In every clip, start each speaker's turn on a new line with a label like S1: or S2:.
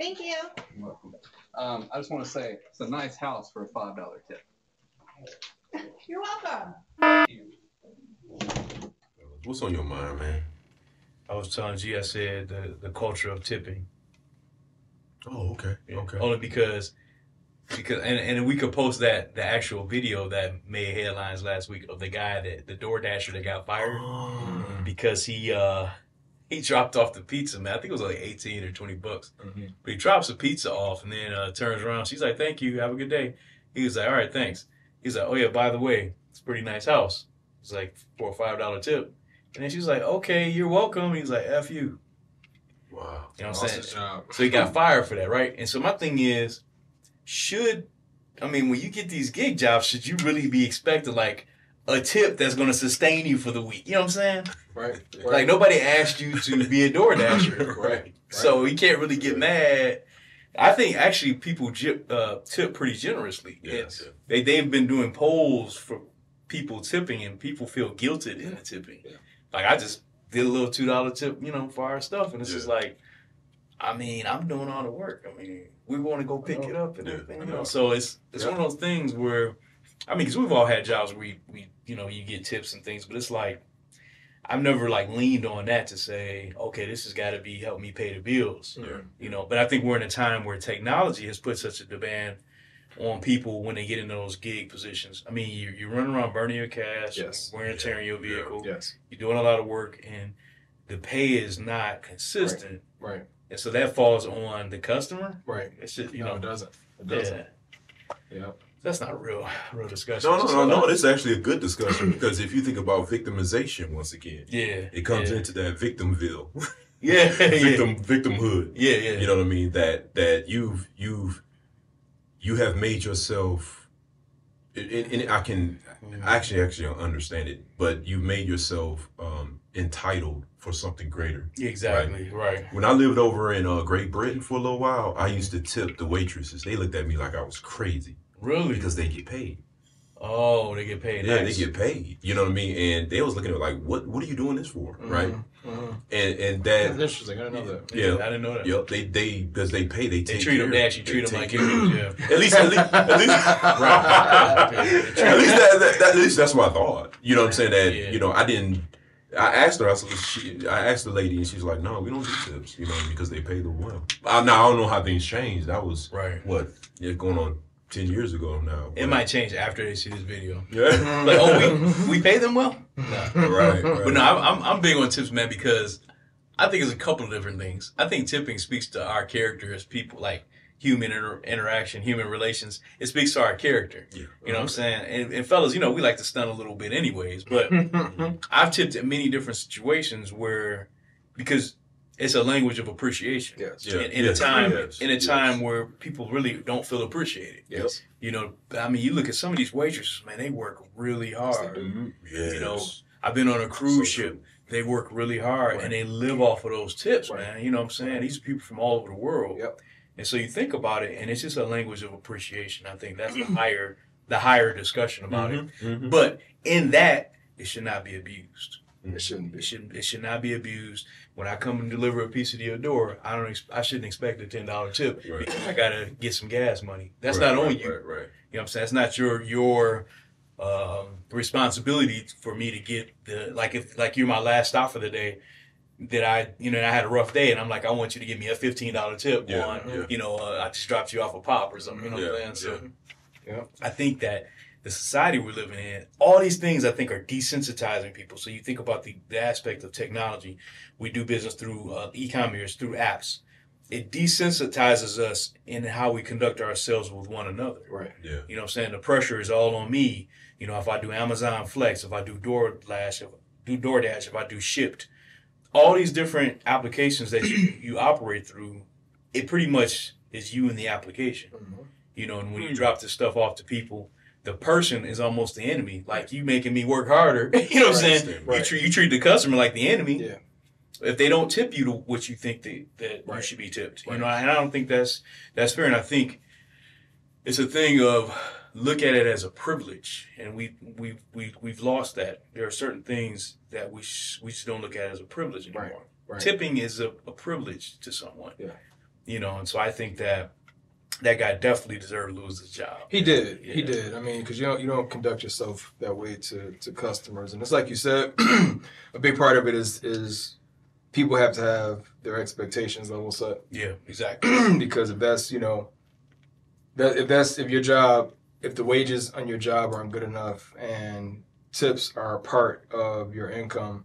S1: Thank you.
S2: You're welcome. Um, I just want to say it's a nice house for a five dollar tip.
S1: You're welcome.
S3: What's on your mind, man?
S4: I was telling G, I said the, the culture of tipping.
S3: Oh, okay.
S4: Yeah.
S3: Okay.
S4: Only because because and, and we could post that the actual video that made headlines last week of the guy that the door dasher that got fired
S3: Ah.
S4: because he uh he dropped off the pizza, man. I think it was like eighteen or twenty bucks.
S3: Mhm.
S4: But he drops the pizza off and then uh, turns around. She's like, "Thank you, have a good day." He was like, "All right, thanks." He's like, "Oh yeah, by the way, it's a pretty nice house." It's like four or five dollar tip, and then she's like, "Okay, you're welcome." He's like, "F you."
S3: Wow.
S4: You know what
S3: Lost
S4: I'm saying?
S3: his job.
S4: So he got fired for that, right? And so my thing is, should I mean when you get these gig jobs, should you really be expecting like a tip that's gonna sustain you for the week? You know what I'm saying?
S5: Right.
S4: Like nobody asked you to be a door dasher.
S5: Right.
S4: So he can't really get mad. I think actually people gi- uh, tip pretty generously.
S3: Yeah,
S4: It's-
S3: yeah.
S4: They they've been doing polls for people tipping, and people feel guilted in the tipping.
S5: Yeah.
S4: Like I just did a little two dollar tip, you know, for our stuff, and it's just
S3: Yeah.
S4: like, I mean, I'm doing all the work. I mean, we want to go pick
S5: know.
S4: it up and
S3: Yeah,
S4: everything.
S3: I
S4: You
S3: know.
S4: know, so it's it's
S3: Yeah.
S4: one of those things where, I mean, because we've all had jobs where we, we you know you get tips and things, but it's like. I've never like leaned on that to say, okay, this has got to be help me pay the bills
S3: Yeah.
S4: you know but i think we're in a time where technology has put such a demand on people when they get into those gig positions i mean you, you're running around burning your cash
S5: Yes.
S4: wearing and tearing your vehicle
S5: Yes.
S4: you're doing a lot of work and the pay is not consistent
S5: Right.
S4: and so that falls on the customer
S5: Right.
S4: it's just you
S5: No, it
S4: know
S5: doesn't. It doesn't.
S4: yeah
S5: Yeah.
S4: that's not real real discussion
S3: No, no,
S4: It's
S3: no,
S4: like-
S3: no. This is actually a good discussion because if you think about victimization once again,
S4: yeah
S3: it comes
S4: yeah.
S3: into that victimville,
S4: yeah yeah
S3: victim victimhood.
S4: yeah yeah
S3: You know what I mean? That that you've you've you have made yourself. It, it, and I can actually actually understand it, but you made yourself um, entitled for something greater.
S4: exactly right,
S3: When I lived over in uh, Great Britain for a little while, I used to tip the waitresses. They looked at me like I was crazy
S4: really
S3: because they get paid.
S4: oh they get paid
S3: Yeah,
S4: nice.
S3: they get paid. You know what I mean? And they was looking at like, what What are you doing this for?
S4: Mm-hmm.
S3: Right?
S5: Mhm.
S3: And and
S5: That's
S3: that,
S5: interesting. I didn't know that.
S3: yeah,
S4: i didn't know that
S3: yep. They they because they pay. They,
S4: they
S3: take
S4: treat
S3: care.
S4: them they actually treat them
S3: take
S4: like
S3: care.
S4: humans yeah
S3: At least, at least, at least,
S4: Right.
S3: at least, that, that, that- at least that's what I thought. You know what I'm saying? That
S4: Yeah.
S3: you know, I didn't. I asked her. I said, she, I asked the lady, and she's like, "No, we don't do tips, you know, because they pay the one." I, now I don't know how things changed. That was
S4: Right.
S3: what yeah, going on ten years ago now.
S4: It might change after they see this video.
S3: yeah,
S4: Like, oh, we, we pay them well? No.
S3: right, right.
S4: But no, I'm, I'm, I'm big on tips, man, because I think it's a couple of different things. I think tipping speaks to our character as people, like human inter- interaction, human relations. It speaks to our character.
S3: Yeah.
S4: You know what I'm saying? And, and fellas, you know, we like to stun a little bit anyways, but
S5: Mm-hmm.
S4: I've tipped in many different situations where, because it's a language of appreciation.
S5: Yes.
S3: Yeah.
S4: In, in
S3: Yes,
S4: a time,
S3: yes,
S4: in a
S3: yes.
S4: time where people really don't feel appreciated.
S5: Yes.
S4: You know, I mean, you look at some of these waitresses, man, they work really hard.
S3: Mhm. Yes.
S4: You know, I've been on a
S3: So true.
S4: cruise ship. They work really hard
S5: Right.
S4: and they live off of those tips,
S5: Right.
S4: man. You know what I'm saying?
S5: Right.
S4: These are people from all over the world.
S5: Yep.
S4: And so you think about it, and it's just a language of appreciation. I think that's the higher the higher discussion about
S5: Mm-hmm.
S3: Mhm.
S4: it.
S3: Mhm.
S4: But in that, it should not be abused.
S5: It shouldn't
S4: It
S5: be.
S4: should it should not be abused. When I come and deliver a pizza to your door, I don't ex- I shouldn't expect a ten dollar tip.
S3: Right.
S4: because I gotta get some gas money. That's
S3: Right,
S4: not on
S3: right,
S4: you.
S3: Right, right.
S4: You know what I'm saying? It's not your your um, responsibility for me to get the like if like you're my last stop for the day. That I you know and I had a rough day and I'm like I want you to give me a fifteen dollar tip
S3: Yeah,
S4: on
S3: yeah.
S4: you know uh, I just dropped you off a pop or something. You know what
S3: Yeah,
S4: I'm saying? So
S5: yeah. Yeah.
S4: I think that the society we're living in, all these things I think are desensitizing people. So you think about the, the aspect of technology. We do business through uh, e-commerce, through apps. It desensitizes us in how we conduct ourselves with one another.
S5: Right.
S3: Yeah.
S4: You know what I'm saying? The pressure is all on me. You know, if I do Amazon Flex, if I do DoorDash, if do DoorDash, if I do Shipped, all these different applications that you, you operate through, it pretty much is you in the application.
S5: Mhm.
S4: You know, and when you drop this stuff off to people, the person is almost the enemy. Like you making me work harder. you know what I'm
S3: Right,
S4: saying?
S3: right.
S4: You, treat, you treat the customer like the enemy.
S5: Yeah.
S4: If they don't tip you to what you think that, that you
S5: Right.
S4: should be tipped,
S5: Right.
S4: you know, and I don't think that's that's fair. And I think it's a thing of look at it as a privilege, and we we we we've lost that. There are certain things that we sh- we just don't look at as a privilege anymore.
S5: Right.
S4: Tipping is a, a privilege to someone.
S5: Yeah.
S4: you know, and so I think that that guy definitely deserved to lose his job.
S5: He did. He
S4: Yeah.
S5: did. I mean, because you don't you don't conduct yourself that way to, to customers, and it's like you said, a big part of it is is people have to have their expectations level set
S4: Yeah, exactly.
S5: because if that's you know that if that's if your job if the wages on your job aren't good enough and tips are a part of your income,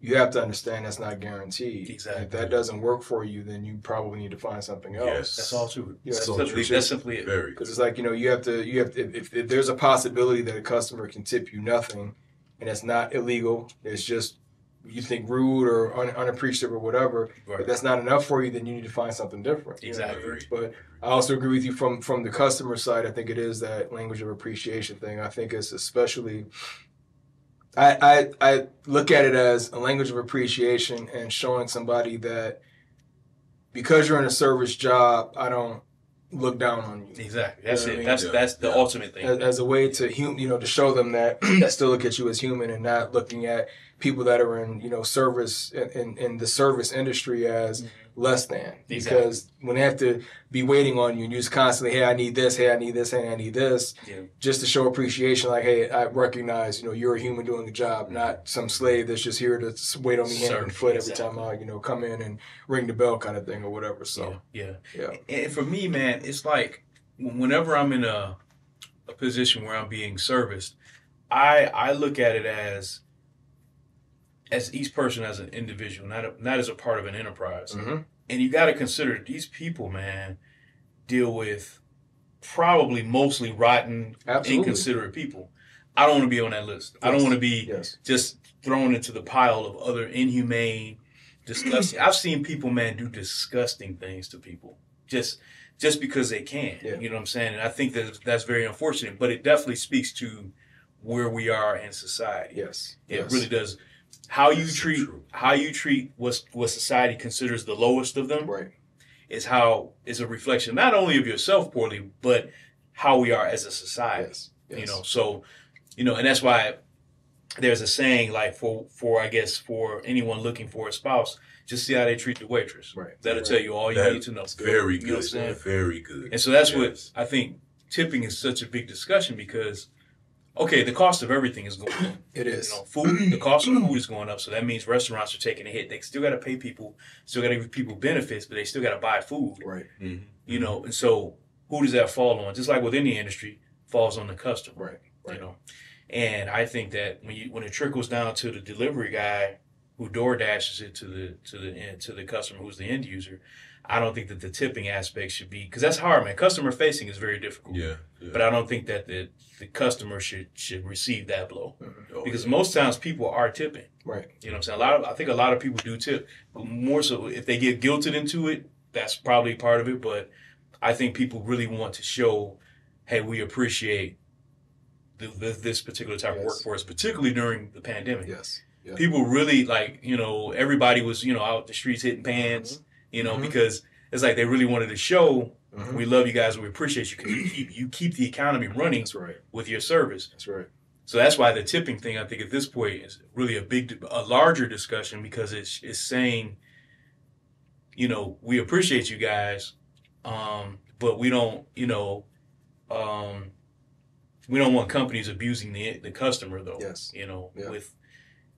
S5: you have to understand that's not guaranteed.
S4: Exactly.
S5: If that doesn't work for you, then you probably need to find something else.
S3: Yes.
S4: Oh, That's all true.
S5: Yeah,
S4: that's,
S3: so
S4: simply,
S3: true.
S4: that's simply it.
S3: Very.
S5: Because it's like you know you have to you have to, if, if there's a possibility that a customer can tip you nothing, and it's not illegal, it's just you think rude or un, unappreciative or whatever. If
S4: Right.
S5: that's not enough for you, then you need to find something different. you know?
S4: Exactly.
S3: Very.
S5: But I also agree with you from from the customer side. I think it is that language of appreciation thing. I think it's especially. I, I I look at it as a language of appreciation and showing somebody that because you're in a service job, I don't look down on you
S4: Exactly. That's
S5: Yeah, I
S4: it.
S5: mean,
S4: That's
S3: yeah.
S4: that's the
S3: Yeah.
S4: ultimate
S5: as,
S4: thing.
S5: as a way to hum, you know to show them that I still look at you as human and not looking at people that are in you know service in, in, in the service industry as
S4: Mhm.
S5: less than because
S4: Exactly.
S5: when they have to be waiting on you and you just constantly hey I need this hey I need this hey I need this
S4: Yeah.
S5: just to show appreciation like hey I recognize you know you're a human doing a job not some slave that's just here to s- wait on me hand and
S4: Mm-hmm. Serve,
S5: foot every
S4: exactly.
S5: time I you know come in and ring the bell kind of thing or whatever so.
S4: yeah,
S5: Yeah.
S4: And for me, man, it's like whenever I'm in a a position where I'm being serviced, I I look at it as as each person as an individual, not a, not as a part of an enterprise.
S5: Mhm.
S4: And you got to consider these people, man, deal with probably mostly rotten,
S5: Absolutely.
S4: inconsiderate people. I don't want to be on that list. I don't
S5: Yes.
S4: want to be
S5: Yes.
S4: just thrown into the pile of other inhumane, disgusting. I've seen people, man, do disgusting things to people just just because they can.
S5: Yeah.
S4: You know what I'm saying? And I think that that's very unfortunate, but it definitely speaks to where we are in society.
S5: Yes.
S4: It
S5: yes.
S4: really does. How you
S3: That's so
S4: treat
S3: true.
S4: how you treat what's what society considers the lowest of them
S5: right.
S4: is how is a reflection not only of yourself poorly, but how we are as a society
S5: Yes. yes.
S4: you know so you know and that's why there's a saying like for for i guess for anyone looking for a spouse just see how they treat the waitress
S5: Right.
S4: that'll tell you all you
S3: That-
S4: need to know
S3: Very
S4: You know what I'm
S3: good.
S4: saying?
S3: Very good.
S4: and so that's
S3: Yes.
S4: what i think tipping is such a big discussion because okay the cost of everything is going up
S5: It is.
S4: you know food the cost of food is going up so that means restaurants are taking a hit they still got to pay people still got to give people benefits but they still got to buy food
S5: Right.
S3: Mhm.
S4: you know and so who does that fall on just like with any industry falls on the customer
S5: Right.
S4: you know. And I think that when you when it trickles down to the delivery guy who door dashes it to the to the end to the customer who's the end user, I don't think that the tipping aspect should be because that's hard, man. Customer facing is very difficult.
S3: Mm-hmm. Yeah. yeah.
S4: But I don't think that the, the customer should should receive that blow
S3: Oh,
S4: because
S3: yeah.
S4: most times people are tipping.
S5: Right.
S4: You know what I'm saying? A lot of I think a lot of people do tip, but more so if they get guilted into it, that's probably part of it. But I think people really want to show, hey, we appreciate the, the, this particular type of
S5: Yes.
S4: workforce, particularly during the pandemic.
S5: Yes. Yeah.
S4: People really like you know everybody was you know out the streets hitting pans, you know
S5: Mhm.
S4: because it's like they really wanted to show
S5: Mhm.
S4: we love you guys, we appreciate you because you keep you keep the economy running
S5: That's right.
S4: with your service.
S5: That's right.
S4: So that's why the tipping thing, I think, at this point is really a big, a larger discussion because it's it's saying, you know, we appreciate you guys, um, but we don't, you know, um, we don't want companies abusing the the customer though.
S5: Yes.
S4: You know,
S5: Yeah.
S4: with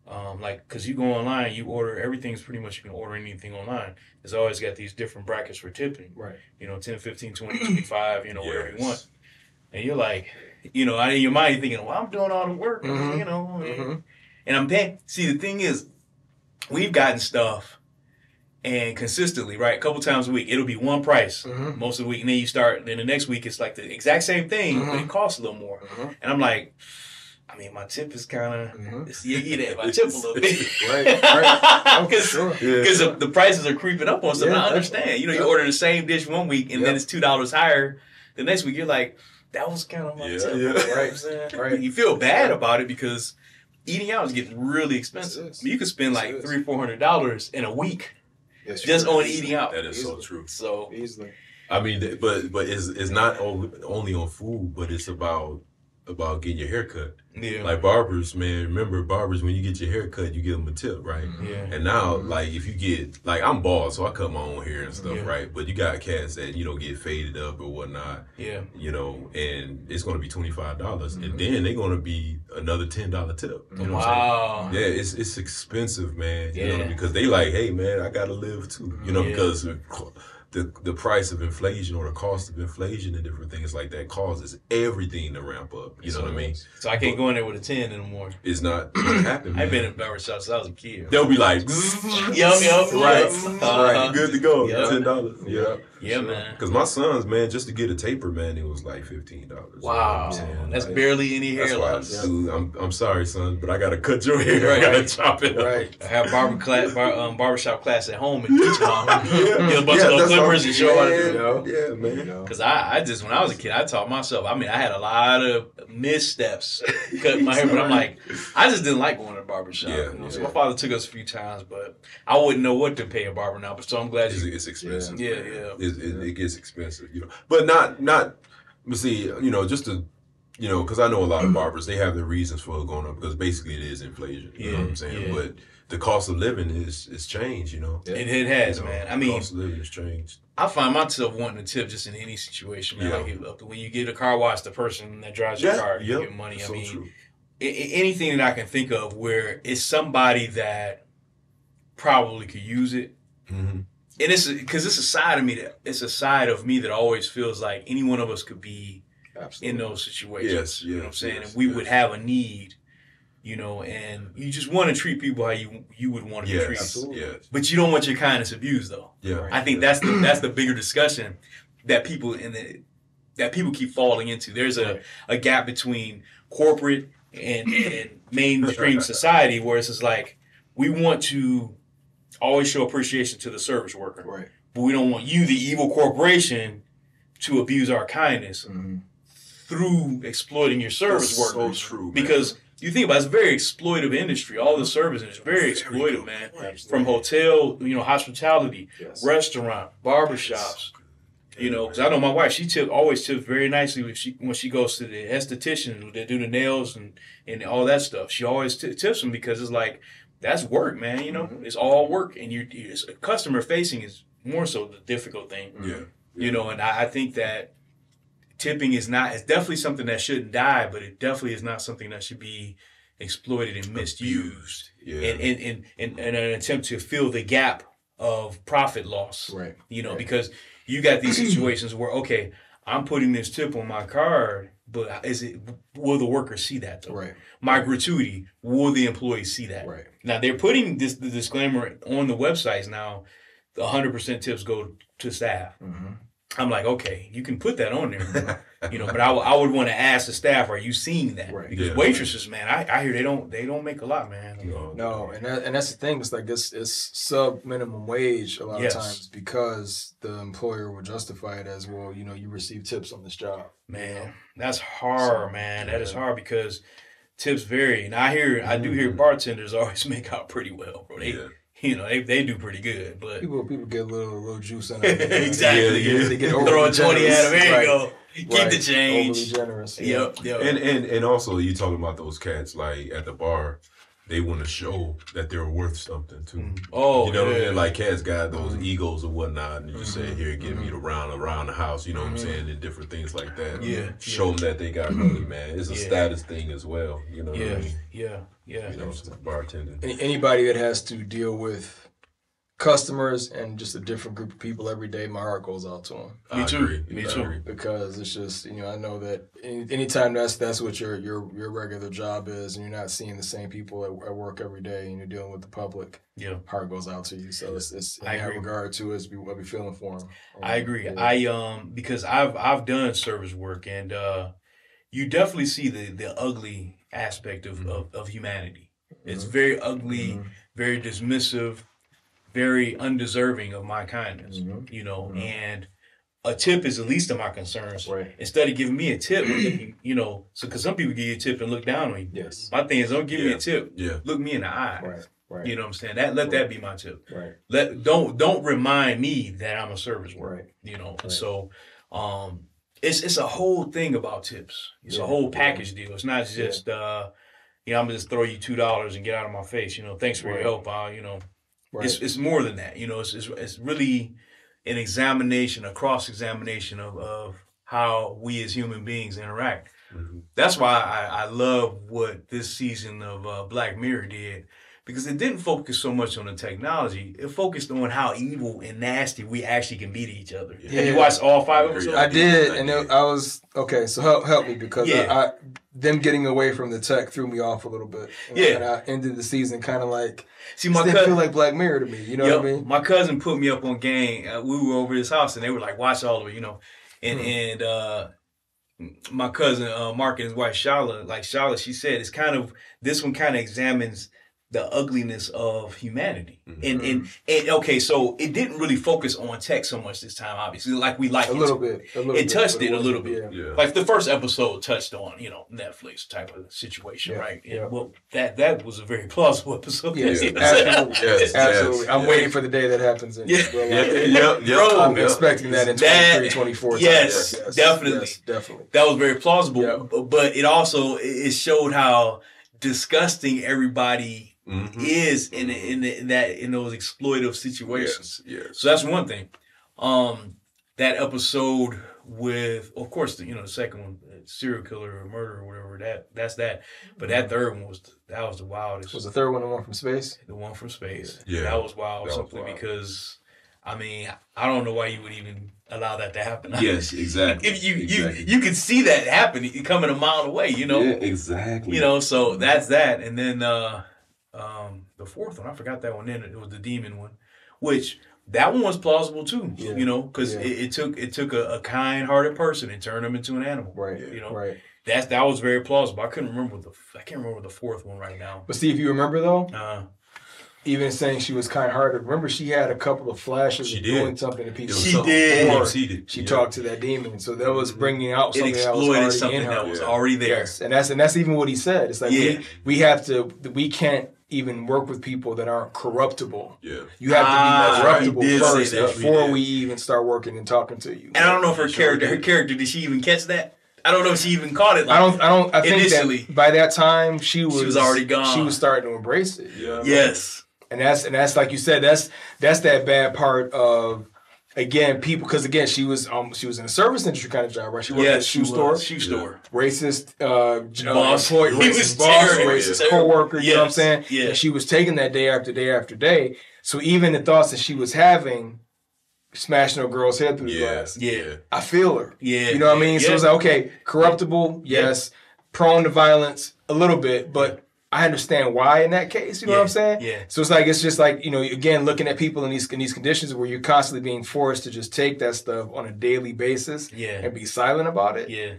S4: um, like because you go online, you order everything's pretty much you can order anything online. It's always got these different brackets for tipping.
S5: Right.
S4: You know, 10, 15, 20, 25, You know, whatever
S3: Yes.
S4: you want and you're like, you know, in your mind you're thinking, well, I'm doing all the work,
S5: Mhm.
S4: you know,
S5: Mhm.
S4: and I'm paying. See, the thing is, we've gotten stuff, and consistently, right, a couple times a week, it'll be one price
S5: Mhm.
S4: most of the week, and then you start. Then the next week, it's like the exact same thing, but it
S5: Mhm.
S4: costs a little more.
S5: Mhm.
S4: And I'm like, I mean, my tip is kind of.
S5: Mhm.
S4: It's you get at my tip a little bit.
S5: Right. Right. Oh,
S4: Because
S5: sure.
S3: Yeah.
S4: because the, the prices are creeping up on something.
S5: Yeah,
S4: I understand. You know, you
S5: yeah.
S4: order the same dish one week and then
S5: Yeah.
S4: it's two dollars higher. The next week you're like, that was kind of my
S3: Yeah,
S4: tip.
S3: yeah.
S4: You know what
S5: Right,
S4: I'm saying?
S5: right.
S4: You feel bad about it because eating out is getting really expensive.
S5: Yes, it is.
S4: You could spend
S5: Yes,
S4: like
S5: it is.
S4: three, four hundred dollars in a week
S5: Yes,
S4: just
S5: you
S4: on
S5: can.
S4: eating out.
S3: That is so true.
S4: So
S5: Easily.
S3: I mean, th- but but it's it's not o- only on food, but it's about about getting your hair cut.
S4: Yeah.
S3: Like barbers, man, remember barbers when you get your hair cut, you give them a tip, right?
S5: Mm-hmm.
S4: yeah.
S3: And now, like, if you get like I'm bald, so I cut my own hair and stuff,
S4: Mm-hmm. Yeah.
S3: right? But you got cats that you know get faded up or whatnot,
S4: Yeah.
S3: you know, and it's gonna be twenty five dollars, and then they're gonna be another ten dollar tip. You know what I'm saying?
S4: Mm-hmm. Wow.
S3: Yeah, it's it's expensive, man. You know,
S4: Yeah.
S3: because they like, hey, man, I gotta live too. You know,
S4: Yeah.
S3: because the co- the the price of inflation or the cost of inflation and different things like that causes everything to ramp up. You know what I mean?
S4: So I can't go in there with a 10 anymore.
S3: It's not happening.
S4: I've been in barbershops since I was a kid.
S3: They'll be like,
S4: Yum, yum,
S3: right,
S4: yum.
S3: right,
S4: Uh-huh.
S3: good to go,
S4: Yeah.
S3: ten dollars. Yeah,
S4: Yeah, man.
S3: because my sons, man, just to get a taper, man, it was like fifteen dollars.
S4: Wow. That's barely any hair
S3: That's why,
S4: loss.
S3: dude, I'm I'm sorry, son, but I gotta cut your hair. I
S4: Right,
S3: gotta
S4: right.
S3: chop it up.
S5: Right.
S4: I have barber class, bar, um, barbershop class at home and teach mom. Get a bunch
S3: Yeah,
S4: of little
S3: that's all-
S4: clippers and show how to do
S5: you
S4: it.
S5: know?
S3: Yeah, man.
S5: You know?
S4: Cause I, I just when I was a kid, I taught myself. I mean, I had a lot of missteps cutting my hair, but I'm like, I just didn't like going to the barber shop.
S3: Yeah,
S4: you know? So
S3: yeah.
S4: my father took us a few times, but I wouldn't know what to pay a barber now. But so I'm glad
S3: It's,
S4: you.
S3: it's expensive.
S4: Yeah,
S3: man.
S4: yeah.
S3: It, it, it gets expensive, you know. But not not. But see, you know, just to you know, because I know a lot of barbers, they have their reasons for it going up because basically it is inflation. You know what
S4: Yeah,
S3: I'm saying?
S4: yeah.
S3: But the cost of living is is changed. You know.
S5: Yeah.
S4: It, it has,
S3: You know,
S4: man. I
S3: the
S4: mean,
S3: cost of living has changed.
S4: I find myself wanting to tip just in any situation, man.
S3: Yeah.
S4: Like if- when you get a car wash, the person that drives your car, you
S3: yep,
S4: get money. I
S3: so
S4: mean,
S3: true.
S4: a- a- anything that I can think of where it's somebody that probably could use it,
S3: Mhm.
S4: and it's because it's a side of me that it's a side of me that always feels like any one of us could be in
S5: Absolutely.
S4: those situations.
S3: Yes,
S4: you know what I'm
S3: yes,
S4: saying?
S3: yes,
S4: and we
S3: yes.
S4: would have a need, you know, and you just want to treat people how you you would want to be treated.
S3: Yes,
S5: Absolutely.
S3: yes,
S4: But you don't want your kindness abused though.
S3: yeah.
S5: Right.
S4: I think that's the that's the bigger discussion that people in the that people keep falling into. There's a, a gap between corporate and, and mainstream society where it's just like we want to always show appreciation to the service worker
S5: Right.
S4: but we don't want you, the evil corporation, to abuse our kindness
S5: Mhm.
S4: through exploiting your service
S3: That's
S4: workers.
S3: So true. man.
S4: because you think about it, it's a very exploitive industry. All the service is very exploitive,
S3: good
S4: man.
S3: point.
S4: From hotel, you know, hospitality,
S5: Yes.
S4: restaurant, barbershops. You know, because I know my wife, she tip always tips very nicely when she when she goes to the esthetician they do the nails and and all that stuff. She always t- tips them because it's like that's work, man. You know,
S3: Mm-hmm.
S4: it's all work, and you it's customer facing is more so the difficult thing.
S5: Mm-hmm.
S3: Yeah.
S4: You know, and I, I think that tipping is not it's definitely something that shouldn't die, but it definitely is not something that should be exploited and misused
S3: Yeah.
S4: in, in, in, in, in an attempt to fill the gap of profit loss.
S5: Right.
S4: You know, because you got these situations where okay, I'm putting this tip on my card, but is it will the worker see that though?
S5: Right.
S4: My gratuity, will the employee see that?
S5: Right.
S4: Now they're putting this the disclaimer on the websites now. The 100% tips go to staff.
S5: Mhm.
S4: I'm like, okay, you can put that on there, you know. But I, w- I would want to ask the staff, are you seeing that?
S5: Right.
S4: Because
S3: Yeah.
S4: waitresses, man, I, I hear they don't they don't make a lot, man.
S5: No, and that, and that's the thing. It's like it's it's sub minimum wage a lot
S4: Yes.
S5: of times because the employer will justify it as well. You know, you receive tips on this job.
S4: Man, that's hard, man. That is hard because tips vary, and I hear I do hear
S5: Mm-hmm.
S3: Mhm.
S4: bartenders always make out pretty well, bro. Oh, They
S3: Yeah.
S4: you know they, they do pretty good, but
S5: People people get a little little juice in it.
S4: exactly,
S3: Yeah, yeah.
S5: They get overly
S4: throw a twenty at them.
S5: generous.
S4: There
S5: Right.
S4: you go. Keep
S5: Right.
S4: the
S5: Overly
S4: change.
S5: generous. yeah.
S4: Yep, yep.
S3: And and and also you talking about those cats like at the bar, they want to show that they're worth something too.
S4: oh,
S3: you know what I
S4: yeah.
S3: mean? Like cats got those
S4: Mm-hmm.
S3: egos or whatnot, and you just say, "Here, give me the round around the house." You know what I'm saying? And different things like that.
S4: Mm-hmm. Yeah,
S3: Show them that they got money, man. It's a
S4: Yeah.
S3: status thing as well. You know what I
S4: yeah,
S3: mean?
S4: yeah, yeah.
S3: uh, You know, it's just bartending.
S5: Any, anybody that has to deal with customers and just a different group of people every day, my heart goes out to them
S4: Me
S3: I
S4: too.
S3: agree.
S4: Me
S3: I
S4: too.
S3: agree.
S5: because it's just you know I know that any, anytime that's that's what your your your regular job is and you're not seeing the same people at, at work every day and you're dealing with the public,
S4: Yeah.
S5: heart goes out to you. So it's, it's in
S4: I
S5: that
S4: agree.
S5: regard too is be, what we feeling for them.
S4: I agree.
S5: Oh, Yeah.
S4: I um because I've I've done service work and uh you definitely see the the ugly aspect
S5: Mm-hmm.
S4: of of, of humanity. It's very ugly,
S5: Mhm.
S4: very dismissive, very undeserving of my kindness,
S5: Mhm.
S4: you know,
S5: Mhm.
S4: and a tip is the least of my concerns.
S5: Right.
S4: Instead of giving me a tip, you know, so because some people give you a tip and look down on you.
S5: Yes.
S4: My thing is, don't give me
S3: Yeah.
S4: a tip.
S3: Yeah.
S4: Look me in the eye.
S5: Right. Right.
S4: You know what I'm saying? That let that be my tip.
S5: Right.
S4: Let don't don't remind me that I'm a service worker
S5: Right.
S4: you know. And so, um, it's it's a whole thing about tips. It's
S5: Yeah.
S4: a whole package deal. It's not just uh, you know, I'm gonna just throw you two dollars and get out of my face. You know, thanks for your
S5: Right.
S4: help. Uh, you know,
S5: Right.
S4: it's it's more than that. You know, it's it's, it's really an examination, a cross examination of of how we as human beings interact.
S3: Mhm.
S4: That's why I, I love what this season of uh, Black Mirror did because it didn't focus so much on the technology. It focused on how evil and nasty we actually can be to each other.
S3: Yeah.
S4: Have you watched all five
S3: Yeah.
S4: episodes?
S5: I did,
S3: I
S5: and
S3: did.
S5: it, I was okay. So help help me because
S4: Yeah.
S5: I, I them getting away from the tech threw me off a little bit. And,
S4: Yeah.
S5: and I ended the season kind of like
S4: See,
S5: it
S4: my
S5: didn't feel
S4: cousin,
S5: like Black Mirror to me. You know
S4: Yup,
S5: what I mean?
S4: my cousin put me up on game. Uh, we were over his house, and they were like, "Watch all of it," you know. And
S5: Hmm.
S4: and uh, my cousin uh, Mark and his wife Shala, like Shala, she said, it's kind of this one kind of examines the ugliness of humanity.
S5: Mm-hmm.
S4: And, and and okay, so it didn't really focus on tech so much this time, obviously, like we like
S5: A
S4: it
S5: little
S4: to.
S5: bit. A little
S4: It
S5: bit,
S4: touched
S5: but
S4: it a
S5: wasn't-
S4: little bit.
S5: Yeah.
S3: Yeah.
S4: Like the first episode touched on, you know, Netflix type of situation,
S5: Yeah,
S4: right? And,
S5: yeah.
S4: Well, that that was a very plausible episode.
S5: Yes,
S4: You know what I'm saying?
S5: absolutely.
S3: Yes,
S5: Absolutely.
S3: yes.
S5: I'm waiting for the day that happens. In
S4: Yeah.
S5: real
S3: Yeah,
S5: life.
S3: yeah, yeah.
S4: Bro,
S5: I'm
S3: yeah.
S5: expecting that in
S4: That-
S5: 23, 24.
S4: yes,
S5: time.
S4: definitely.
S5: Yes, definitely.
S4: that was very plausible.
S5: Yeah.
S4: b- But it also it showed how disgusting everybody
S3: Mhm.
S4: is in in, in that in those exploitive situations.
S3: Yes, yes.
S4: So that's one thing. Um, that episode with, of course, the, you know, the second one, uh, serial killer or murder or whatever. That that's that. But
S3: Mm-hmm.
S4: that third one was that was the wildest.
S5: Was the third one the one from space?
S4: The one from space.
S3: Yeah.
S4: That was wild.
S3: That was
S4: simply
S3: wild.
S4: because, I mean, I don't know why you would even allow that to happen.
S3: Yes, exactly.
S4: If you
S3: exactly.
S4: you you can see that happening, coming a mile away, you know,
S3: yeah, exactly.
S4: you know. So that's that. And then uh um the fourth one, I forgot that one. Then it was the demon one, which that one was plausible too,
S5: Yeah.
S4: you know, because
S5: Yeah.
S4: it, it took it took a, a kind-hearted person and turned him into an animal.
S5: Right.
S4: You know,
S5: Right.
S4: that's that was very plausible. I couldn't remember the f- I can't remember the fourth one right now.
S5: But see, if you remember though,
S4: Uh,
S5: even saying she was kind hearted, remember she had a couple of flashes
S3: She
S5: of
S3: did.
S5: doing something to
S3: It
S5: people.
S3: was
S4: She
S3: something
S4: did.
S3: more seated.
S5: She
S3: Yeah.
S5: talked to that demon, so that was bringing out
S4: it
S5: something that was
S4: exploited
S5: already
S4: something
S5: in her.
S4: that was
S3: yeah.
S4: already there.
S5: Yes, and that's and that's even what he said. It's like
S4: Yeah.
S5: we, we have to we can't even work with people that aren't corruptible.
S3: Yeah.
S5: You have
S4: Ah,
S5: to be corruptible
S3: he did say
S5: first
S3: that. He
S5: before
S3: did.
S5: we even start working and talking to you.
S4: And I don't know if her
S3: Sure
S4: character, her
S3: did.
S4: character, did she even catch that? I don't know if she even caught it.
S5: I don't. I don't. I think
S4: Initially.
S5: that by that time she was
S4: was already gone.
S5: She was starting to embrace it.
S3: Yeah.
S4: Yes.
S5: and that's and that's like you said. That's that's that bad part of again people because again she was um she was in a service industry kind of job right. She worked at a
S4: Yes. she
S5: shoe store.
S4: was. Shoe
S3: Yeah.
S4: store.
S5: Racist uh, j- uh,
S4: Boss.
S5: employee,
S4: He
S5: racist
S4: was
S5: boss,
S4: terrible.
S5: racist
S4: Yeah.
S5: coworker. You know what I'm
S4: Yes.
S5: saying?
S4: Yeah.
S5: And she was taking that day after day after day. So even the thoughts that she was having, smashing a girl's head through the
S3: Yeah.
S5: glass.
S4: Yeah.
S5: I feel her.
S4: Yeah.
S5: You know what I mean? So
S4: Yeah.
S5: it's like, okay, corruptible,
S4: Yeah.
S5: yes, prone to violence a little bit, but I understand why in that case. You know what I'm
S4: Yeah,
S5: saying?
S4: yeah.
S5: So it's like it's just like you know, again, looking at people in these in these conditions where you're constantly being forced to just take that stuff on a daily basis
S4: Yeah.
S5: and be silent about it.
S4: Yeah.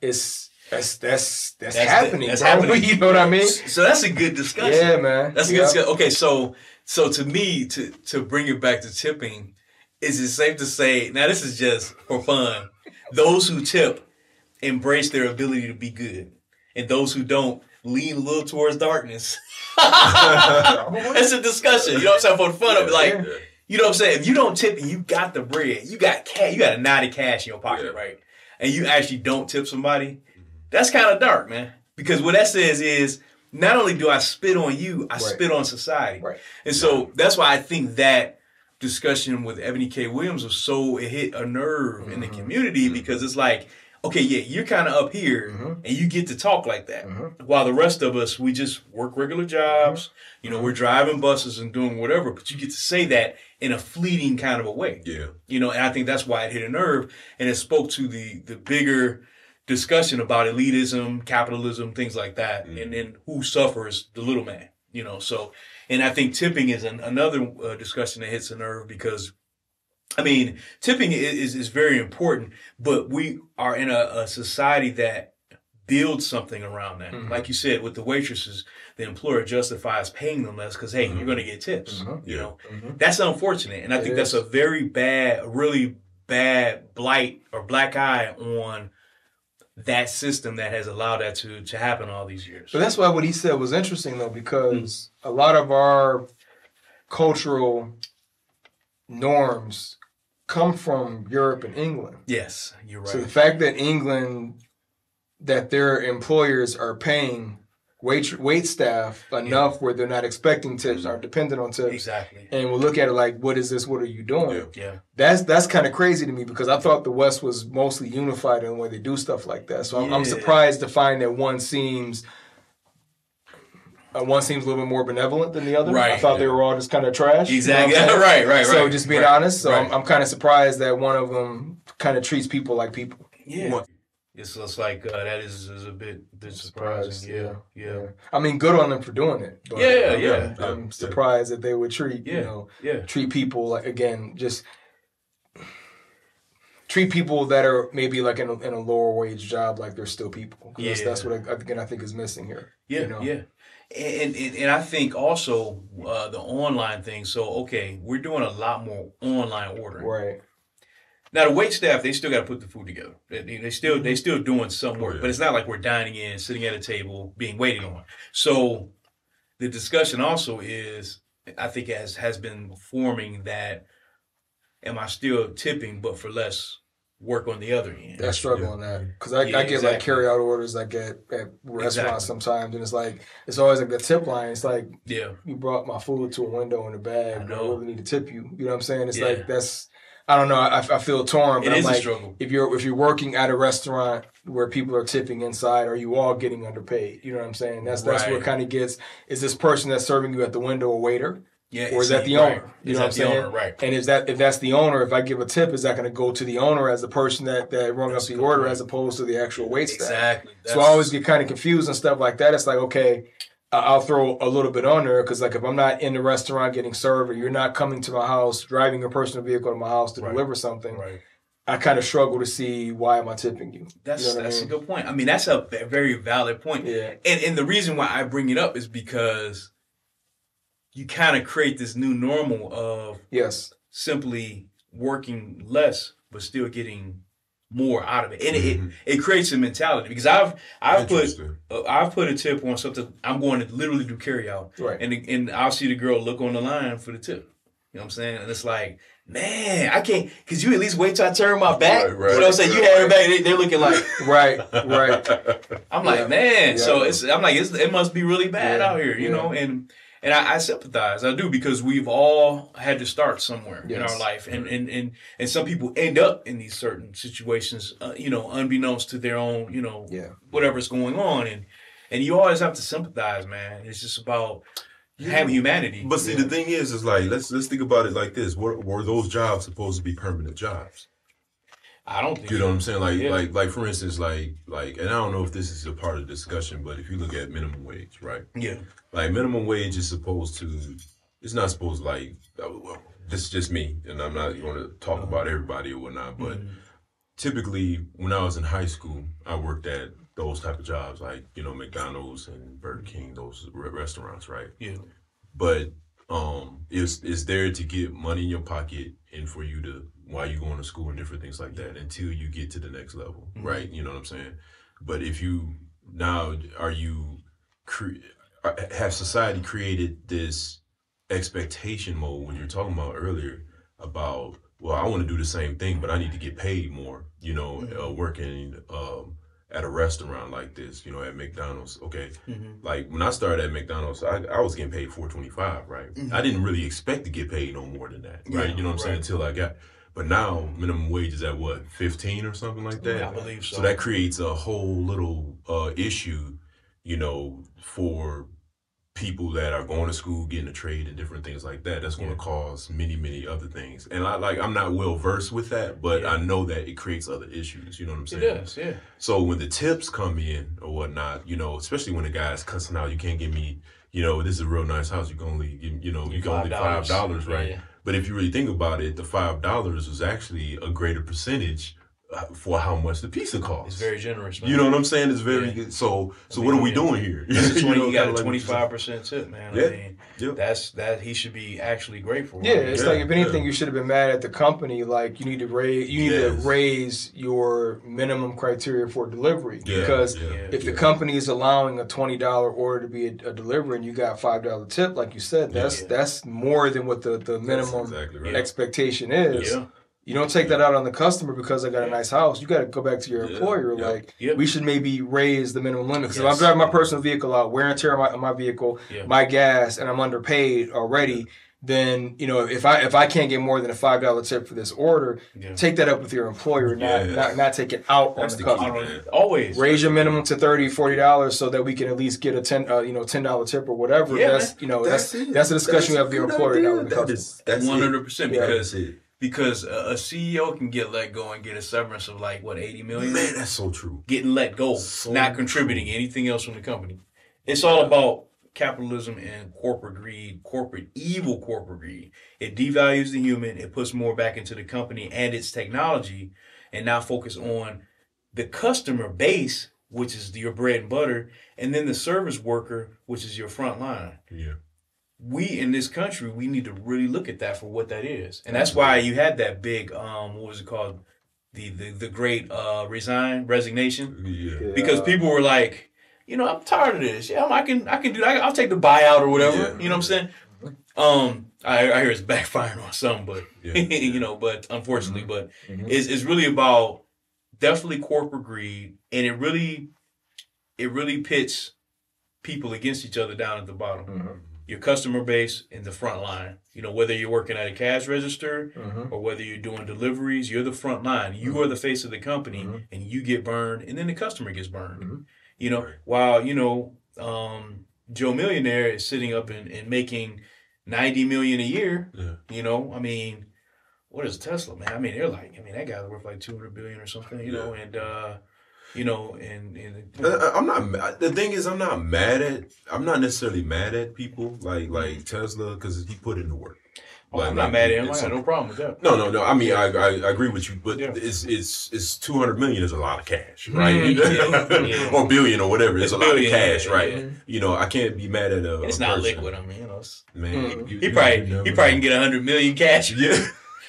S5: It's that's that's that's,
S4: That's the-
S5: happening.
S4: that's
S5: bro.
S4: happening.
S5: You know what I mean?
S4: So that's a good discussion.
S5: Yeah, man.
S4: That's a
S5: yeah.
S4: good discussion. Okay, so so to me, to to bring it back to tipping, is it safe to say now this is just for fun? Those who tip embrace their ability to be good, and those who don't lean a little towards darkness. That's a discussion. You know what I'm saying? For the fun of it, like
S3: Yeah.
S4: You know what I'm saying? If you don't tip and you got the bread, you got cash, you got a knot of cash in your pocket,
S3: Yeah.
S4: right? And you actually don't tip somebody, that's kind of dark, man. Because what that says is not only do I spit on you, I spit on society.
S5: Right.
S4: And so that's why I think that discussion with Ebony K. Williams was so it hit a nerve in the community because it's like, okay, yeah, you're kind of up here
S5: Mm-hmm.
S4: and you get to talk like that, while the rest of us we just work regular jobs. You know, we're driving buses and doing whatever, but you get to say that in a fleeting kind of a way.
S3: Yeah.
S4: You know, and I think that's why it hit a nerve and it spoke to the the bigger discussion about elitism, capitalism, things like that, and then who suffers the little man. You know, so and I think tipping is an, another uh, discussion that hits a nerve because. I mean, tipping i- is, is very important, but we are in a, a society that builds something around that.
S5: Mhm.
S4: Like you said, with the waitresses, the employer justifies paying them less because, hey, you're
S3: Mhm.
S4: going to get tips.
S5: Mhm.
S4: You
S3: Yeah.
S4: know,
S5: Mhm.
S4: that's unfortunate, and I
S5: It
S4: think that's
S5: is.
S4: a very bad, a really bad blight or black eye on that system that has allowed that to to happen all these years.
S5: But that's why what he said was interesting though, because
S4: Mm.
S5: a lot of our cultural norms come from Europe and England.
S4: Yes, you're right.
S5: So the fact that England, that their employers are paying wait wait staff enough where they're not expecting tips, aren't dependent on tips,
S4: exactly.
S5: and we'll look at it like, what is this? What are you doing?
S3: Yeah.
S4: Yeah.
S5: That's that's kind of crazy to me because I thought the West was mostly unified in the way they do stuff like that. So I'm, I'm
S4: Yeah.
S5: surprised to find that one seems. Uh, one seems a little bit more benevolent than the other. I
S4: Right.
S5: thought they were all just kind of trash. you know what I'm
S4: Exactly.
S5: saying?
S4: right, right, right.
S5: so just being
S4: right,
S5: honest, so I'm,
S4: right.
S5: I'm kind of surprised that one of them kind of treats people like people.
S4: Yeah. It's just like uh, that is, is a bit, bit surprising.
S5: Surprised,
S4: yeah. Yeah.
S5: I mean, good on them for doing it. But
S4: Yeah,
S5: I'm,
S4: yeah,
S5: I'm
S3: yeah.
S5: surprised that they would treat you
S4: Yeah.
S5: know
S4: Yeah.
S5: treat people like again just treat people that are maybe like in a, in a lower wage job like they're still people. 'Cause That's, that's
S4: Yeah.
S5: what I, again I think is missing here.
S4: Yeah,
S5: you know?
S4: yeah. And, and and I think also uh, the online thing. So okay, we're doing a lot more online ordering.
S5: Right.
S4: Now the wait staff, they still got to put the food together. They, they they still
S5: Mm-hmm.
S4: they still doing
S5: Oh,
S4: some work,
S3: yeah.
S4: but it's not like we're dining in, sitting at a table, being waited on. So the discussion also is, I think, has has been forming that. Am I still tipping, but for less work on the other end?
S5: I struggle on that because I,
S4: Yeah,
S5: I get like
S4: exactly.
S5: carry out orders I get at restaurants
S4: Exactly.
S5: sometimes, and it's like it's always like the tip line. It's like
S4: Yeah,
S5: you brought my food to a window in a bag.
S4: I
S5: I,
S4: know.
S5: really need to tip you. You know what I'm saying? It's
S4: Yeah.
S5: like that's I don't know. I, I feel torn,
S4: it
S5: but I'm
S4: is a
S5: like
S4: struggle.
S5: if you're if you're working at a restaurant where people are tipping inside, are you all getting underpaid? You know what I'm saying? That's that's
S4: Right.
S5: what kind of gets is this person that's serving you at the window a waiter,
S4: Yeah,
S5: or is that the
S4: right.
S5: owner?
S4: Is
S5: You know what I'm
S4: that the
S5: saying?
S4: owner? Right.
S5: And is that if that's the owner, if I give a tip, is that going to go to the owner as the person that that rung up
S4: That's a
S5: the
S4: good
S5: order,
S4: point.
S5: as opposed to the actual wait staff?
S4: Exactly.
S5: So I always get kind of confused and stuff like that. It's like, okay, I- I'll throw a little bit on there because, like, if I'm not in the restaurant getting served or you're not coming to my house, driving your personal vehicle to my house to
S4: Right.
S5: deliver something,
S4: right.
S5: I kind of struggle to see why am I tipping you.
S4: That's
S5: You know what I
S4: that's
S5: mean?
S4: a good point. I mean, that's a ve- very valid point.
S5: Yeah,
S4: And and the reason why I bring it up is because you kind of create this new normal of
S5: yes,
S4: simply working less but still getting more out of it. And
S3: Mhm.
S4: it, it creates a mentality because I've I've put
S3: Interesting.
S4: uh, I've put a tip on something I'm going to literally do carry out
S5: right.
S4: and and I'll see the girl look on the line for the tip. You know what I'm saying? And it's like, man, I can't cuz you at least wait till I turn my back.
S3: Right, right,
S4: you know what I'm saying? You
S3: right.
S4: have everybody they, they're looking like
S5: right, right.
S4: I'm
S5: Yeah.
S4: like, man.
S5: Yeah.
S4: So it's I'm like, it's, it must be really bad
S5: Yeah.
S4: out here, you
S5: Yeah.
S4: know. And and I, I sympathize, I do, because we've all had to start somewhere in
S5: Yes.
S4: our life, and and and and some people end up in these certain situations, uh, you know, unbeknownst to their own, you know,
S5: Yeah.
S4: whatever's going on, and and you always have to sympathize, man. It's just about having humanity.
S3: But see, the thing is, is like let's let's think about it like this: were, were those jobs supposed to be permanent jobs?
S4: I don't think
S3: You know what I'm saying? Like,
S4: Yeah.
S3: like, like for instance, like, like, and I don't know if this is a part of the discussion, but if you look at minimum wage, right?
S4: Yeah,
S3: Like, minimum wage is supposed to, it's not supposed to, like, uh, well, this is just me, and I'm not going to talk about everybody or whatnot, but typically when I was in high school, I worked at those type of jobs, like you know McDonald's and Burger King, those re- restaurants, right?
S4: yeah,
S3: but um it's it's there to get money in your pocket and for you to while you're going to school and different things like that until you get to the next level
S4: Mhm.
S3: right you know what i'm saying but if you now are you cre- are- have society created this expectation mode when you're talking about earlier about well i want to do the same thing but i need to get paid more you know
S4: Mhm.
S3: uh, working um at a restaurant like this you know at mcdonald's okay
S4: Mhm.
S3: like when I started at McDonald's, I, I was getting paid four twenty five, right?
S4: Mhm.
S3: I didn't really expect to get paid no more than that, right?
S4: Yeah,
S3: you know what I'm saying?
S4: right.
S3: Until I got, but now minimum wage is at what fifteen or something like that.
S4: I believe so.
S3: So that creates a whole little uh, issue, you know, for people that are going to school, getting a trade, and different things like that. That's going to cause many, many other things. And I like I'm not well versed with that, but
S4: Yeah.
S3: I know that it creates other issues. You know what I'm
S4: it
S3: saying?
S4: does, yeah,
S3: So when the tips come in or whatnot, you know, especially when the guy's cussing out, you can't give me, you know, this is a real nice house. You can only, give, you know, you can only five dollars, right?
S4: Yeah.
S3: But if you really think about it, the five dollars was actually a greater percentage uh, for how much the pizza
S4: It's
S3: costs.
S4: very generous, man.
S3: you know what I'm saying? It's very so. So what are we
S4: Yeah.
S3: doing here?
S4: That's a 20, you,
S3: know,
S4: got
S3: kinda
S4: a
S3: like-
S4: twenty five percent tip, man.
S3: Yeah.
S4: I mean,
S3: Yeah.
S4: that's that he should be actually grateful.
S5: Yeah, it's
S3: Yeah,
S5: like if anything,
S3: yeah.
S5: you should have been mad at the company. Like you need to raise, you need
S3: Yes.
S5: to raise your minimum criteria for delivery
S3: Yeah,
S5: because
S3: yeah,
S5: if the
S3: yeah.
S5: company is allowing a twenty dollar order to be a, a delivery and you got five dollar tip, like you said, that's
S4: Yeah.
S5: that's more than what the the
S3: That's
S5: minimum
S3: exactly right.
S4: Yeah.
S5: expectation is.
S4: yeah,
S5: You don't take that out on the customer because I got a nice house. You got to go back to your
S3: Yeah,
S5: employer.
S3: yeah.
S5: Like
S4: Yep.
S5: we should maybe raise the minimum limit. Because if I'm
S4: Yes.
S5: driving my personal vehicle out, wear and tear on my, on my vehicle,
S4: Yeah.
S5: my gas, and I'm underpaid already, then you know if I if I can't get more than a five dollar tip for this order,
S4: Yeah.
S5: take that up with your employer. Not
S3: Yeah.
S5: not, not take it out
S3: That's
S5: on
S3: the
S5: the
S3: key.
S5: customer.
S3: man.
S4: Always.
S5: Raise your minimum to 30 40 dollars so that we can at least get a ten uh, you know ten dollar tip or whatever.
S4: Yeah,
S5: that's you know that's
S3: it.
S5: that's a discussion we have with
S3: a
S5: your
S3: good
S5: employer,
S3: idea.
S5: not with the
S3: That
S5: customer.
S3: is- That's
S4: One
S3: it.
S4: hundred percent
S5: Yeah.
S4: because
S3: That's it.
S4: because a, a CEO can get let go and get a severance of like what eighty million.
S3: Man, that's so true.
S4: Getting let go,
S3: So
S4: not contributing anything else from the company. It's all about capitalism and corporate greed, corporate evil, corporate greed. It devalues the human. It puts more back into the company and its technology, and now focus on the customer base, which is your bread and butter, and then the service worker, which is your front line
S3: Yeah.
S4: we in this country we need to really look at that for what that is and that's why you had that big um what was it called the the, the great uh resign resignation
S3: Yeah.
S4: because people were like you know i'm tired of this yeah i can i can do that i'll take the buyout or whatever
S3: Yeah.
S4: you know what i'm saying um i, I hear it's backfiring on some but
S3: Yeah.
S4: you know but unfortunately
S3: Mm-hmm.
S4: but
S2: Mhm.
S4: it's, it's really about definitely corporate greed and it really it really pits people against each other down at the bottom your customer base in the front line. You know, whether you're working at a cash register
S5: Mm-hmm.
S4: or whether you're doing deliveries, you're the front line. You
S3: Mm-hmm.
S4: are the face of the company
S5: Mhm.
S4: and you get burned and then the customer gets burned.
S5: Mhm.
S4: You know,
S3: Mm-hmm. Right.
S4: while, you know, um, Joe Millionaire is sitting up and, and making 90 million a year,
S3: Yeah.
S4: you know, I mean, what is Tesla, man? I mean, they're like, I mean, that guy's worth like 200 billion or something, you know, and, uh, you know, and, and
S3: I- I- Uh, I'm not. ma- The thing is, I'm not mad at. I'm not necessarily mad at people like like Tesla because he put in the work.
S4: Oh, I'm
S3: Like,
S4: not
S3: like,
S4: mad at him. I
S3: it's-
S4: got no problem with that.
S3: No, no, no. I mean, I, I, I agree with you, but
S4: Yeah.
S3: it's it's it's two hundred million is a lot of cash, right?
S4: Mm, yeah.
S3: or billion or whatever is a lot of
S4: Billion,
S3: cash,
S4: yeah,
S3: right?
S4: yeah.
S3: You know, I can't be mad at a.
S4: And it's
S3: a
S4: not
S3: person.
S4: liquid. I mean, you know, it's,
S3: man.
S5: Mm.
S3: you-
S4: He
S3: you-
S4: probably
S3: you never
S4: he probably can
S3: know.
S4: get a hundred million cash.
S3: Yeah,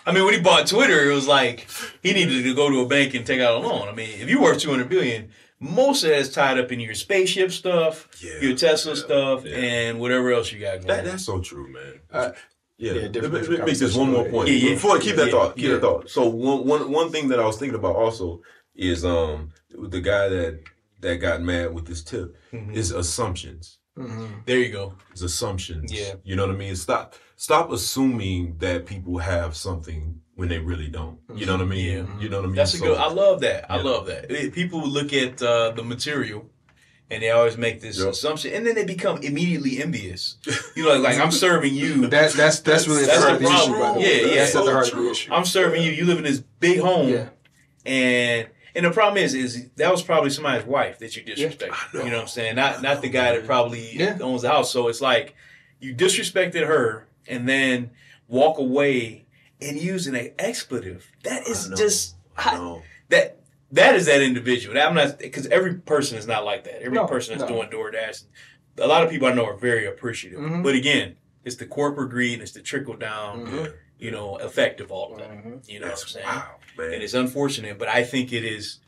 S4: I mean, when he bought Twitter, it was like he needed to go to a bank and take out a loan. I mean, if you worth two hundred billion, most of that is tied up in your spaceship stuff,
S3: yeah.
S4: your Tesla
S3: yeah,
S4: stuff,
S3: yeah.
S4: and whatever else you got going.
S3: That, that's so true, man.
S5: Uh,
S3: yeah,
S5: yeah,
S3: Let me-
S5: different-
S3: let me
S5: different
S3: make this one more
S5: conversation.
S3: point.
S4: Yeah, yeah.
S3: Before keep that
S4: Yeah,
S3: thought, keep
S4: yeah.
S3: that thought. So one, one, one thing that I was thinking about also is um the guy that that got mad with this tip
S4: Mhm.
S3: is assumptions.
S5: Mm-hmm.
S4: There you go.
S3: It's assumptions.
S4: Yeah.
S3: you know what I mean. Stop, stop assuming that people have something when they really don't. You know what I mean.
S4: Yeah.
S3: You know what I mean.
S4: That's a
S3: So-
S4: good. I love that. I
S3: Yeah.
S4: love that. It- people look at uh, the material, and they always make this
S3: Yep.
S4: assumption, and then they become immediately envious. You know, like, like I'm serving you.
S5: That, that's that's really
S4: That's
S5: at
S4: the
S5: the heart of the issue.
S4: problem.
S5: By the
S4: Yeah,
S5: way.
S4: yeah.
S5: That's at the
S3: So
S5: heart of
S3: true.
S5: the issue.
S4: I'm serving you. You live in this big home.
S5: Yeah.
S4: And and the problem is, is that was probably somebody's wife that you disrespected.
S3: I know.
S4: You know what I'm saying? Not not the guy that probably
S5: Yeah.
S4: owns the house. So it's like you disrespected her and then walk away and using an expletive. That
S3: I
S4: is
S3: know.
S4: just
S3: I know.
S4: that that is that individual. I'm not because every person is not like that. Every
S5: No,
S4: person that's
S5: no.
S4: doing DoorDash, a lot of people I know are very appreciative.
S5: Mhm.
S4: But again, it's the corporate greed, and it's the trickle down,
S5: Mhm.
S4: you know, effect of all of that.
S5: Mhm.
S4: You know what I'm
S3: That's
S4: saying?
S3: wow, man.
S4: And it's unfortunate, but I think it is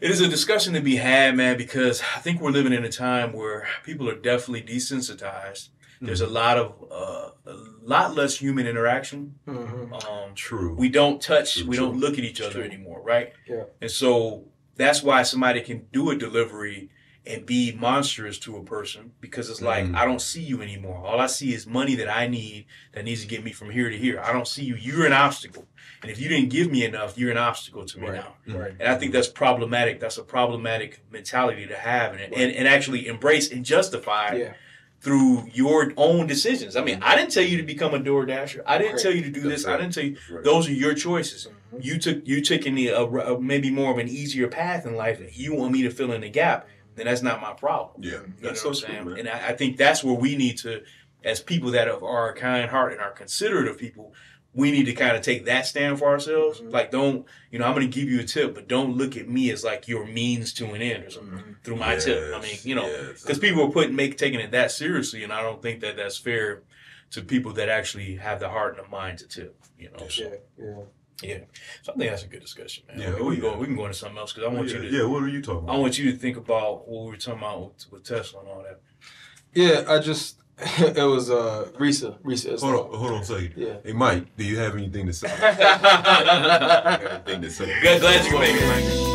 S4: it is a discussion to be had, man, because I think we're living in a time where people are definitely desensitized. There's a lot of uh, a lot less human interaction.
S5: Mhm.
S4: Um,
S3: true.
S4: we don't touch, we
S3: True.
S4: don't look at each other
S5: True.
S4: anymore, right?
S5: Yeah.
S4: And so that's why somebody can do a delivery and be monstrous to a person because it's like
S3: Mm.
S4: I don't see you anymore. All I see is money that I need that needs to get me from here to here. I don't see you. You're an obstacle. And if you didn't give me enough, you're an obstacle to me
S5: Right.
S4: now.
S5: Right.
S4: And I think that's problematic. That's a problematic mentality to have and, and, and actually embrace and justify
S5: Yeah. Mm.
S4: through your own decisions. I mean, I didn't tell you to become a door dasher. I didn't
S5: Right.
S4: tell you to do this. I
S3: right.
S4: didn't tell you
S3: That's right.
S4: those are your choices.
S5: Mhm.
S4: You took you taking the uh, r- uh, maybe more of an easier path in life. If you want me to fill in the gap, then that's not my problem.
S3: yeah,
S4: You
S3: that's
S4: know
S3: so
S4: what
S3: true,
S4: I'm saying?
S3: man.
S4: And I, I think that's where we need to, as people that have, are kind heart and are considerate of people, we need to kind of take that stand for ourselves.
S3: Mm-hmm.
S5: Mhm.
S4: Like, don't you know? I'm going to give you a tip, but don't look at me as like your means to an end or something through my tip. I mean,
S3: Mm-hmm. Yes,
S4: you know,
S3: yes.
S4: because people are putting make taking it that seriously, and I don't think that that's fair to people that actually have the heart and the mind to tip. You know, so,
S5: Yeah. Yeah.
S4: so I think that's a good discussion, man.
S3: Yeah,
S4: we,
S3: oh,
S4: we go
S3: yeah. Oh,
S4: we can go into something else because I want
S3: yeah,
S4: you to
S3: yeah, what are you talking
S4: I
S3: about?
S4: want you to think about what we were talking about with, with Tesla and all that.
S5: Yeah, I just it was uh, Risa. Risa. Islam.
S3: Hold on, hold on a second.
S5: Yeah.
S3: Hey, Mike, do you have anything to say? anything to say?
S4: Glad you can make it, Mike.